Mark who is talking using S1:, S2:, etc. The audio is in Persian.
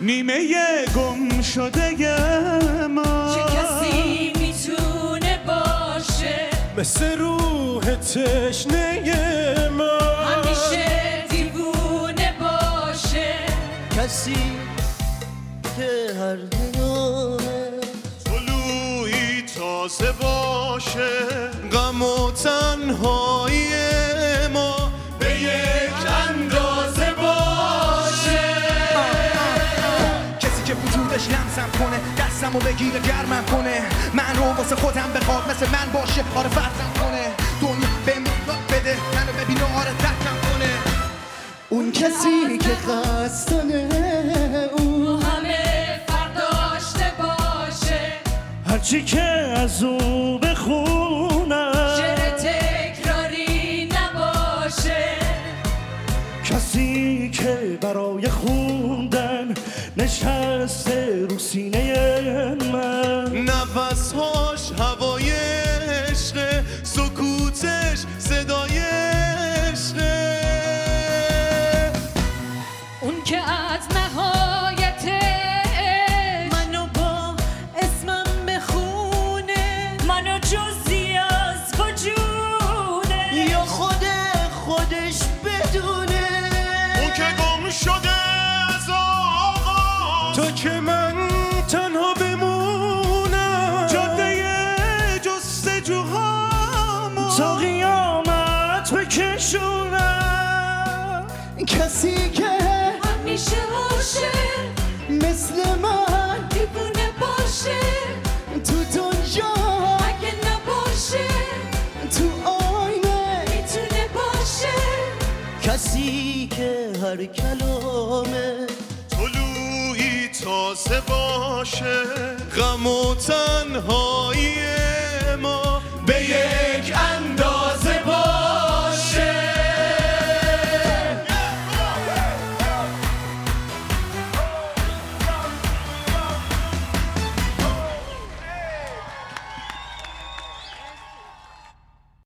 S1: نیمه گم شده ما
S2: چه کسی میتونه باشه
S3: مثل روح تشنه من
S2: همیشه دیوونه باشه
S4: کسی که هر دنیا
S3: طلوعی تازه باشه غم و تنهایی ما به یک اندازه باشه
S5: کسی که وجودش لمسم کنه دستم و بگیره گرمم کنه من رو واسه خودم بخواد مثل من باشه آره فرزم کنه دنیا به مراد بده منو ببینه آره درکم کنه
S4: اون کسی که خستانه اون
S2: همه فرداشته باشه
S1: هرچی که از او بخونم
S2: شعر تکراری نباشه
S1: کسی که برای خوندن نشسته رو سینه من
S3: نفسهاش هوای عشقه سکوتش صدای عشقه
S2: اون که از نهایتش منو با اسمم بخونه منو جزی از وجوده
S4: یا خود خودش بدونه
S3: او که گم شده از آغاز تا که من تنها بمونم
S1: جاده جستجوهامو تا قیامت بکشونم
S4: کسی که
S2: همیشه عاشق
S4: مثل من
S2: دیوونه باشه
S4: تو دنیا
S2: اگه نباشه
S4: تو آینه
S2: میتونه باشه
S4: کسی که هر کلامه
S3: طلوعی تازه باشه غم و تنهایی